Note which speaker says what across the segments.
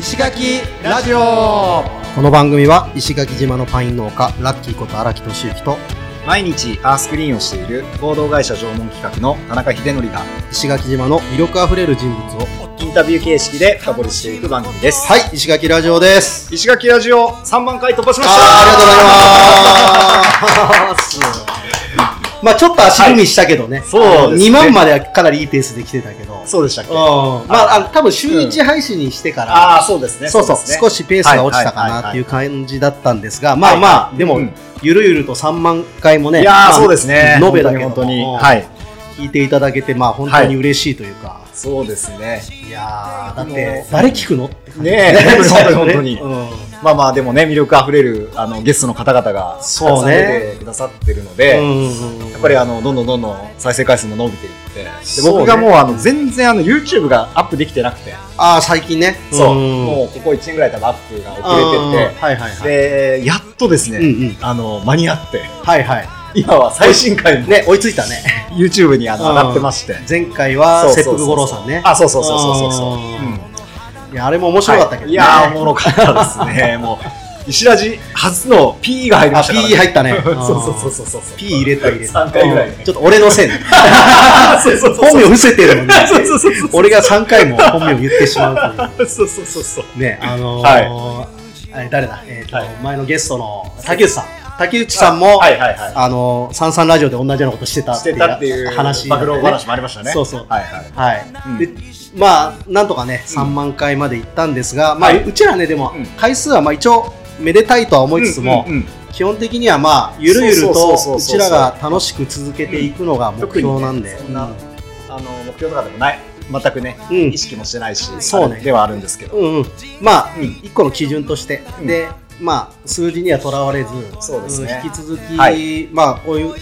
Speaker 1: 石垣ラジオ
Speaker 2: この番組は石垣島のパイン農家ラッキーこと荒木俊之と
Speaker 1: 毎日アースクリーンをしている合同会社縄文企画の田中秀則が
Speaker 2: 石垣島の魅力あふれる人物を
Speaker 1: インタビュー形式で深掘りしていく番組です。
Speaker 2: はい石垣ラジオです
Speaker 1: 石垣ラジオ3万回突破しました
Speaker 2: あーありがとうございます まあちょっと足踏みしたけどね、
Speaker 1: そうですね
Speaker 2: 2万まではかなりいいペースで来てたけど、
Speaker 1: そうでしたっけ
Speaker 2: うんまああの多分週1配信にしてから、
Speaker 1: ああ、そうですね。
Speaker 2: そうそう
Speaker 1: ですね
Speaker 2: 少しペースが落ちたかなっていう感じだったんですが、まあまあ、でも、
Speaker 1: うん
Speaker 2: ゆるゆると3万回もね、
Speaker 1: い
Speaker 2: ま
Speaker 1: やー、
Speaker 2: あ
Speaker 1: そうですね。
Speaker 2: 延べだけど
Speaker 1: 本当
Speaker 2: う
Speaker 1: に。
Speaker 2: ん
Speaker 1: 本当にはい。
Speaker 2: 聞いていただけて、まあ本当に嬉しいというか、
Speaker 1: そうですね。
Speaker 2: い、やーだっ
Speaker 1: も
Speaker 2: て
Speaker 1: う、
Speaker 2: 誰聞くのって感じ
Speaker 1: ねえ 本当に
Speaker 2: うん
Speaker 1: まあまあ、でもね、魅力あふれるあのゲストの方々が、
Speaker 2: そうね
Speaker 1: たくさん出てくださってるので、
Speaker 2: うん
Speaker 1: やっぱりあのどんどんどんどん再生回数も伸びていってで
Speaker 2: そうね
Speaker 1: 僕がもうあの全然あの YouTube がアップできてなくて
Speaker 2: ああ、最近ね。
Speaker 1: そう
Speaker 2: うん
Speaker 1: もうここ1年ぐらい多分アップが遅
Speaker 2: あ
Speaker 1: れ
Speaker 2: ー
Speaker 1: て
Speaker 2: はいはいはい。
Speaker 1: てでやっとですね、
Speaker 2: うんうん。
Speaker 1: あの間に合って
Speaker 2: はいはい。
Speaker 1: 今は最新回も
Speaker 2: ね、追いついた ね。
Speaker 1: YouTube にあの
Speaker 2: うん
Speaker 1: 上がってまして
Speaker 2: 前回は、
Speaker 1: そう
Speaker 2: 切
Speaker 1: そうそう
Speaker 2: 腹五郎さんね。
Speaker 1: あそうそうそうそうそうそう
Speaker 2: あ
Speaker 1: うん
Speaker 2: ーいや、あれも面白かったけど
Speaker 1: い
Speaker 2: ね。
Speaker 1: やーおもろかったです ねもう石ラジ初の PE が入りま
Speaker 2: あ、
Speaker 1: した
Speaker 2: P
Speaker 1: から、。
Speaker 2: 入ったね
Speaker 1: そうそうそうそうそう
Speaker 2: P 入れた入れた。
Speaker 1: 3回ぐらいね
Speaker 2: うんちょっと俺の せいね。
Speaker 1: そうそうそう
Speaker 2: 本名伏せてるのに。
Speaker 1: そうそうそうそう
Speaker 2: 俺が3回も本名を言ってしまうという。
Speaker 1: そうそうそうそう
Speaker 2: ね、あのーあれ誰だ、えーと
Speaker 1: はい
Speaker 2: 前のゲストの竹内さん、竹内さんも、
Speaker 1: はいはいはい
Speaker 2: あのー、三々ラジオで同じようなことしてたっ
Speaker 1: して
Speaker 2: い
Speaker 1: て
Speaker 2: う
Speaker 1: たっていう
Speaker 2: 話
Speaker 1: 暴露話
Speaker 2: ね
Speaker 1: もありましたね。
Speaker 2: そうそう
Speaker 1: はいはい。
Speaker 2: はい
Speaker 1: うん
Speaker 2: でまあ、なんとかね、3万回まで行ったんですが、まあ、
Speaker 1: はいう
Speaker 2: ちらね、でも
Speaker 1: うん、
Speaker 2: 回数はまあ一応、めでたいとは思いつつも、
Speaker 1: うんうんうん
Speaker 2: 基本的にはまあ、ゆるゆる
Speaker 1: そう
Speaker 2: と
Speaker 1: そうそうそ
Speaker 2: うち
Speaker 1: う
Speaker 2: らが楽しく続けていくのが目標なんで、
Speaker 1: 特にねそ
Speaker 2: うん
Speaker 1: なんあの目標とかでもない、全くね、
Speaker 2: うん
Speaker 1: 意識もしてないし、
Speaker 2: そうね
Speaker 1: あれではあるんですけど。
Speaker 2: うんうん、まあ、
Speaker 1: うん
Speaker 2: 一個の基準として、
Speaker 1: うん
Speaker 2: でまあ数字にはとらわれず
Speaker 1: そうですね
Speaker 2: ん引き続き、
Speaker 1: はい
Speaker 2: まあこういう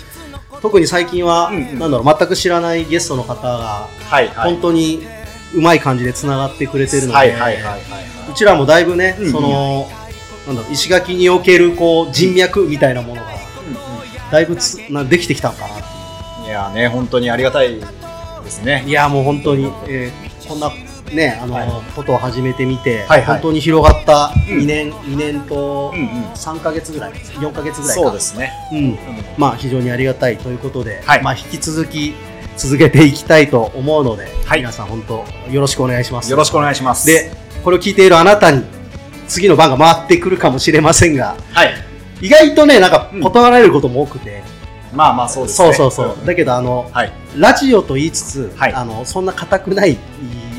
Speaker 2: 特に最近は、
Speaker 1: うんうん
Speaker 2: なんだろう全く知らないゲストの方が
Speaker 1: はいはい。
Speaker 2: 本当にうまい感じでつながってくれてるので、
Speaker 1: はいはいはいはいう
Speaker 2: ちらもだいぶね、
Speaker 1: うんうん
Speaker 2: そのなんだろう石垣におけるこう人脈みたいなものが
Speaker 1: は
Speaker 2: だいぶつなできてきたのかなって
Speaker 1: い。いやーね、本当にありがたいですね。
Speaker 2: いやもう本当に、えーこんなねあの、
Speaker 1: はい
Speaker 2: ことを始めてみて、
Speaker 1: はいはい
Speaker 2: 本当に広がった
Speaker 1: うん
Speaker 2: 2年、2年と
Speaker 1: うんうん
Speaker 2: 3か月ぐらい、4か月ぐらいか
Speaker 1: そうですね。
Speaker 2: うん
Speaker 1: うん
Speaker 2: まあ非常にありがたいということで、
Speaker 1: はい
Speaker 2: まあ引き続き続けていきたいと思うので、
Speaker 1: はい
Speaker 2: 皆さん本当よろしくお願いします。
Speaker 1: よろしくお願いします。
Speaker 2: で、これを聞いているあなたに次の番が回ってくるかもしれませんが、
Speaker 1: はい。
Speaker 2: 意外とねなんか
Speaker 1: うん
Speaker 2: 断られることも多くて、
Speaker 1: まあまあそうです
Speaker 2: そ
Speaker 1: ね。
Speaker 2: うそうそう。
Speaker 1: ん
Speaker 2: だけどあの、
Speaker 1: はい。
Speaker 2: ラジオと言いつつ、
Speaker 1: はい
Speaker 2: あのそんな硬くない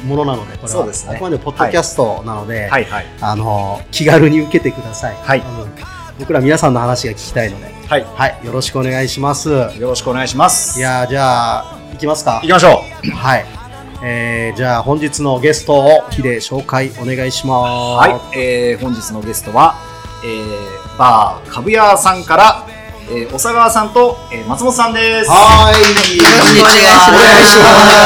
Speaker 2: ものなので、これ
Speaker 1: そう
Speaker 2: は、
Speaker 1: ですね
Speaker 2: あくまでポッドキャストなので、
Speaker 1: はいはい。
Speaker 2: あの気軽に受けてください、
Speaker 1: はい
Speaker 2: あの僕ら皆さんの話が聞きたいので、
Speaker 1: は
Speaker 2: はい、よろしくお願いします。
Speaker 1: い。よろしくお願いします。
Speaker 2: いやーじゃあ行きますか
Speaker 1: 行きましょ
Speaker 2: はい、えー、じゃあ本日のゲストをヒデ紹介お願いし
Speaker 1: う。
Speaker 2: ます
Speaker 1: はい。えー本日のゲストは、えーバー、かぶやさんから、えー、小佐川さんと、えー松本さんです。
Speaker 2: はいよ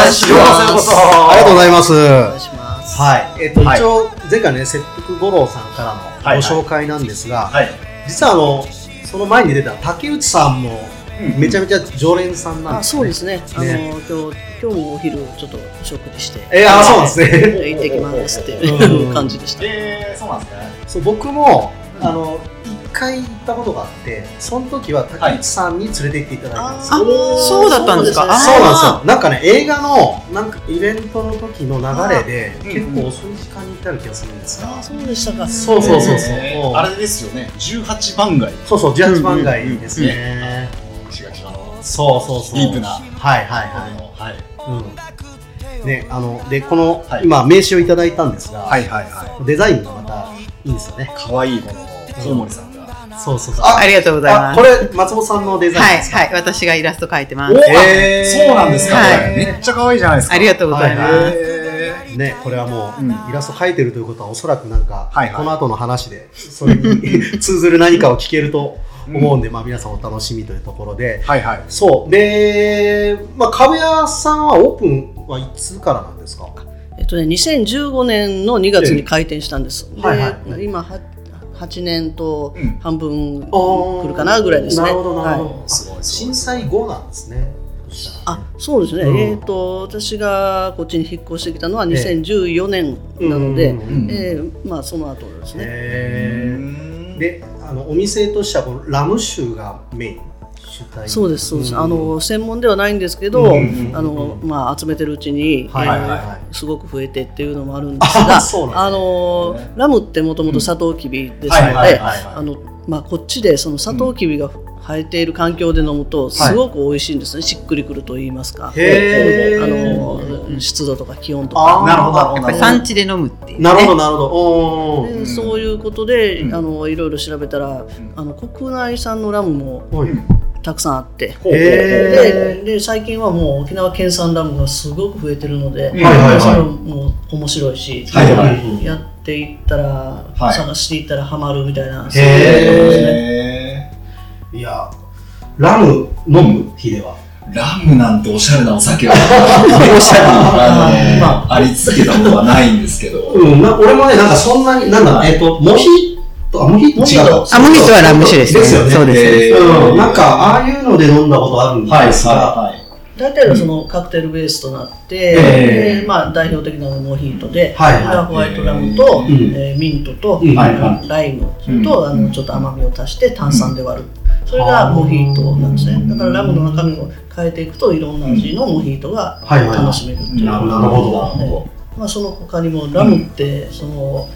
Speaker 3: ろしくお願
Speaker 2: お願いします
Speaker 1: よう
Speaker 3: いしお願いします
Speaker 1: こそ
Speaker 2: ありがとうございます
Speaker 3: お願いします。
Speaker 2: はいえっ、と、
Speaker 1: はい
Speaker 2: 一応前回ね切腹五郎さんから
Speaker 1: はい
Speaker 2: のご紹介なんですが、
Speaker 1: はい。
Speaker 2: 実はあのその前に出た竹内さんもめちゃめちゃ常連さんなん
Speaker 3: あ、
Speaker 2: です、
Speaker 3: そうですね。あの
Speaker 2: ね
Speaker 3: 今日今日もお昼ちょっと食事して、
Speaker 2: えー、あそうなんですね
Speaker 3: 行ってきますっていううん感じでした。
Speaker 1: えー、そうなんですね。
Speaker 2: そう僕も
Speaker 1: うん
Speaker 2: あの一回行ったことがあってその時は竹内さんに連れて行っていただいたんですよ、
Speaker 3: あそうだったんですか
Speaker 2: そうなんですよ。なんかね、映画の、なんかイベントの時の流れで、
Speaker 1: ー
Speaker 2: 結構遅い時間に行ったような気がするんです
Speaker 3: あ
Speaker 2: が
Speaker 3: ー、、そうでしたか。
Speaker 2: そうそうそうそう。
Speaker 1: え
Speaker 2: う
Speaker 1: ー
Speaker 2: ん
Speaker 1: あれですよね。十八番街。
Speaker 2: そうそう、18番街ですね。
Speaker 1: 石垣島の。
Speaker 2: そうそうそう。
Speaker 1: ディープな
Speaker 2: はいはい
Speaker 1: あ
Speaker 2: は
Speaker 1: のはい。
Speaker 2: い。うん。ね、あの、で、この、
Speaker 1: はい
Speaker 2: 今、名刺をいただいたんですが、
Speaker 1: はいはいは
Speaker 2: デザインがまたいいんですよね
Speaker 1: い。。可愛いこのコウモリさんが。
Speaker 2: そうそうそう。
Speaker 3: ありがとうござい
Speaker 2: あ
Speaker 3: ま
Speaker 2: こ
Speaker 3: す。
Speaker 2: れ、松本さんのデザイン
Speaker 3: はい
Speaker 2: ですか
Speaker 3: はい、私がイラスト描いてま
Speaker 1: お
Speaker 3: す。
Speaker 2: へー
Speaker 1: そうなんですか。
Speaker 3: はい
Speaker 1: これめっちゃ可愛いじゃないですか。
Speaker 3: ありがとうございます。
Speaker 2: は
Speaker 1: え
Speaker 2: ね、これはもう、
Speaker 1: うん
Speaker 2: イラスト描いてるということはおそらくなんか、
Speaker 1: はいはい
Speaker 2: この後の話でそれに 通ずる何かを聞けると思うんで、まあ、皆さんお楽しみというところで
Speaker 1: ーはいはい。
Speaker 2: そうで、まあ、壁屋さんはオープンはいつからなんですか
Speaker 3: えっとね、2015年の2月に開店したんです。で、
Speaker 2: はいはい
Speaker 3: 今は8年と
Speaker 1: うん
Speaker 3: 半分くるかなぐらいですね。
Speaker 2: なるほどなるほ
Speaker 3: はい
Speaker 2: ど、あ
Speaker 1: すごいすごい
Speaker 2: 震災後なんですねとしたら、ね
Speaker 3: あ、そうですね、
Speaker 2: うん
Speaker 3: えっ、と私がこっちに引っ越してきたのは2014年なので、
Speaker 2: うんうんう
Speaker 1: うん
Speaker 2: ん
Speaker 3: えーまあその後ですね、
Speaker 2: へーであのお店としてはこのラム酒がメイン主体
Speaker 3: そうですそうです、
Speaker 2: ん
Speaker 3: あの専門ではないんですけど、
Speaker 2: うんうんうん
Speaker 3: あのまあ集めてるうちに、
Speaker 2: はいはいは
Speaker 3: すごく増えてっていうのもあるんです
Speaker 2: あ
Speaker 3: が
Speaker 2: そうなんですね
Speaker 3: あのラムってもともとサトウキビですので、
Speaker 1: はいはいはいはい
Speaker 3: あのまあ、こっちでそのサトウキビが生えている環境で飲むとすごく美味しいんですね、しっくりくると言いますか
Speaker 2: いへー
Speaker 3: あの湿度とか気温と
Speaker 2: あ
Speaker 3: か
Speaker 2: ー
Speaker 1: なるほどなるほど
Speaker 4: やっぱり産地で飲むっていう、ね、
Speaker 2: なるほどなるほどおー
Speaker 3: でそういうことで、
Speaker 1: うん
Speaker 3: あのいろいろ調べたら、あの国内産のラムも
Speaker 2: おい
Speaker 3: たくさんあって、
Speaker 2: へ
Speaker 3: でで最近はもう沖縄県産ラムがすごく増えてるので、
Speaker 1: うん
Speaker 2: はいはいはい
Speaker 3: それももう面白いし、
Speaker 1: はいは
Speaker 3: やっていったら、
Speaker 1: はい
Speaker 3: 探していったらハマるみたいな、
Speaker 1: へ
Speaker 2: いやラム飲む日では
Speaker 1: ーラムなんておしゃれなお酒は おしゃれなあのね
Speaker 3: ま
Speaker 1: あり続けたことはないんですけど
Speaker 2: うん、な俺もね、なんかそんなに、なんだろう、えっ、と、モヒと、あ、モヒと違う。
Speaker 4: あモヒートはラム酒ですね
Speaker 2: ですよね。
Speaker 4: そうです
Speaker 1: へー
Speaker 2: うん、なんか、ああいうので飲んだことあるん
Speaker 1: はいはい
Speaker 2: ですが、
Speaker 1: はい
Speaker 3: 大体はそのカクテルベースとなって、
Speaker 1: ええ
Speaker 3: でまあ、代表的なのがモヒートで、
Speaker 2: はいはい
Speaker 3: これホワイトラムと、
Speaker 2: ええ
Speaker 3: えーミントと、
Speaker 2: うん
Speaker 1: はいは
Speaker 3: ライム
Speaker 1: うん
Speaker 3: と、あ
Speaker 1: う
Speaker 3: の
Speaker 1: ん
Speaker 3: ちょっと甘みを足して炭酸で割る、それがモヒートなんです
Speaker 2: う
Speaker 3: ね
Speaker 2: ん
Speaker 3: だからラムの中身を変えていくといろんな味のモヒートが
Speaker 2: はいはいはい
Speaker 3: 楽しめるっていう、
Speaker 2: なるほどなるほど
Speaker 1: なるほ
Speaker 3: まあ、その他にもラムって、その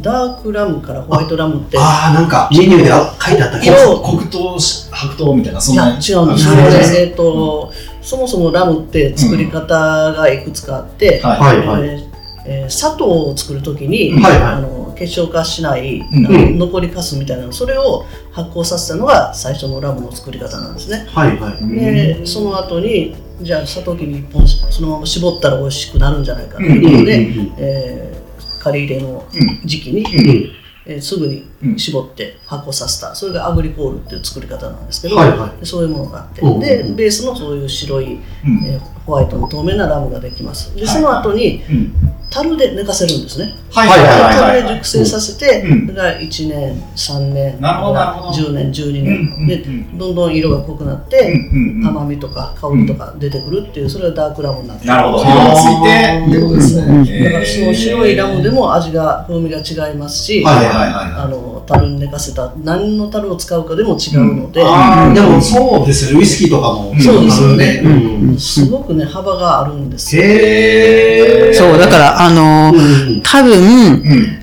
Speaker 3: ダークラムからホワイトラムって
Speaker 2: ああ、なんか、メニューであ書いてあったけど、
Speaker 3: 色
Speaker 1: ど黒糖し白糖みたいなそ
Speaker 3: い
Speaker 1: ん
Speaker 3: や
Speaker 1: な
Speaker 3: 違うんですよ、
Speaker 2: あなるほど
Speaker 3: えーとそもそもラムって作り方がいくつかあって、
Speaker 1: は
Speaker 2: はいはい
Speaker 3: えーえー砂糖を作るときに、
Speaker 1: はい
Speaker 2: はい
Speaker 3: あの結晶化しない、
Speaker 1: うん
Speaker 3: あの残りかすみたいなのそれを発酵させたのが最初のラムの作り方なんですね。
Speaker 2: はいはい。
Speaker 1: い
Speaker 3: でその後にじゃあサトウキビ1本そのまま絞ったら美味しくなるんじゃないかということで、
Speaker 2: うん
Speaker 3: えー刈り入れの時期に、
Speaker 2: うん
Speaker 3: えーすぐに絞って発酵させたそれがアグリコールっていう作り方なんですけど、
Speaker 2: はいは
Speaker 3: でそういうものがあって、
Speaker 2: うんうんうん
Speaker 3: でベースのそういう白い、
Speaker 1: うん
Speaker 3: えーホワイトの透明なラムができますで
Speaker 1: はい
Speaker 3: その後に
Speaker 1: うん
Speaker 3: 樽で寝かせるんですね、
Speaker 1: はい
Speaker 2: はいはい
Speaker 3: 樽で熟成させて、
Speaker 1: うん
Speaker 3: それが1年3年
Speaker 1: なるほどなるほど
Speaker 3: 10年12年、
Speaker 1: うんうん
Speaker 3: でどんどん色が濃くなっ
Speaker 1: うん
Speaker 3: て、
Speaker 1: うんうん
Speaker 3: 甘みとか香りとか出てくるっていうそれがダークラムになって
Speaker 1: なるほど
Speaker 2: あー
Speaker 1: 色がついてってことです
Speaker 4: うん
Speaker 1: ね
Speaker 3: だからその白いラムで
Speaker 1: も
Speaker 3: も味が風味が違いますし、
Speaker 2: はい
Speaker 3: あの樽に寝かせた何の樽を使うかでも違うので、
Speaker 2: ああ、でもそうですよね。ウイスキーとかも。
Speaker 1: そうですよ
Speaker 3: ね
Speaker 2: うんうん
Speaker 3: すごくね幅があるんですよ。
Speaker 2: へー
Speaker 4: そうだからあのー
Speaker 2: うん
Speaker 4: 多分
Speaker 1: うん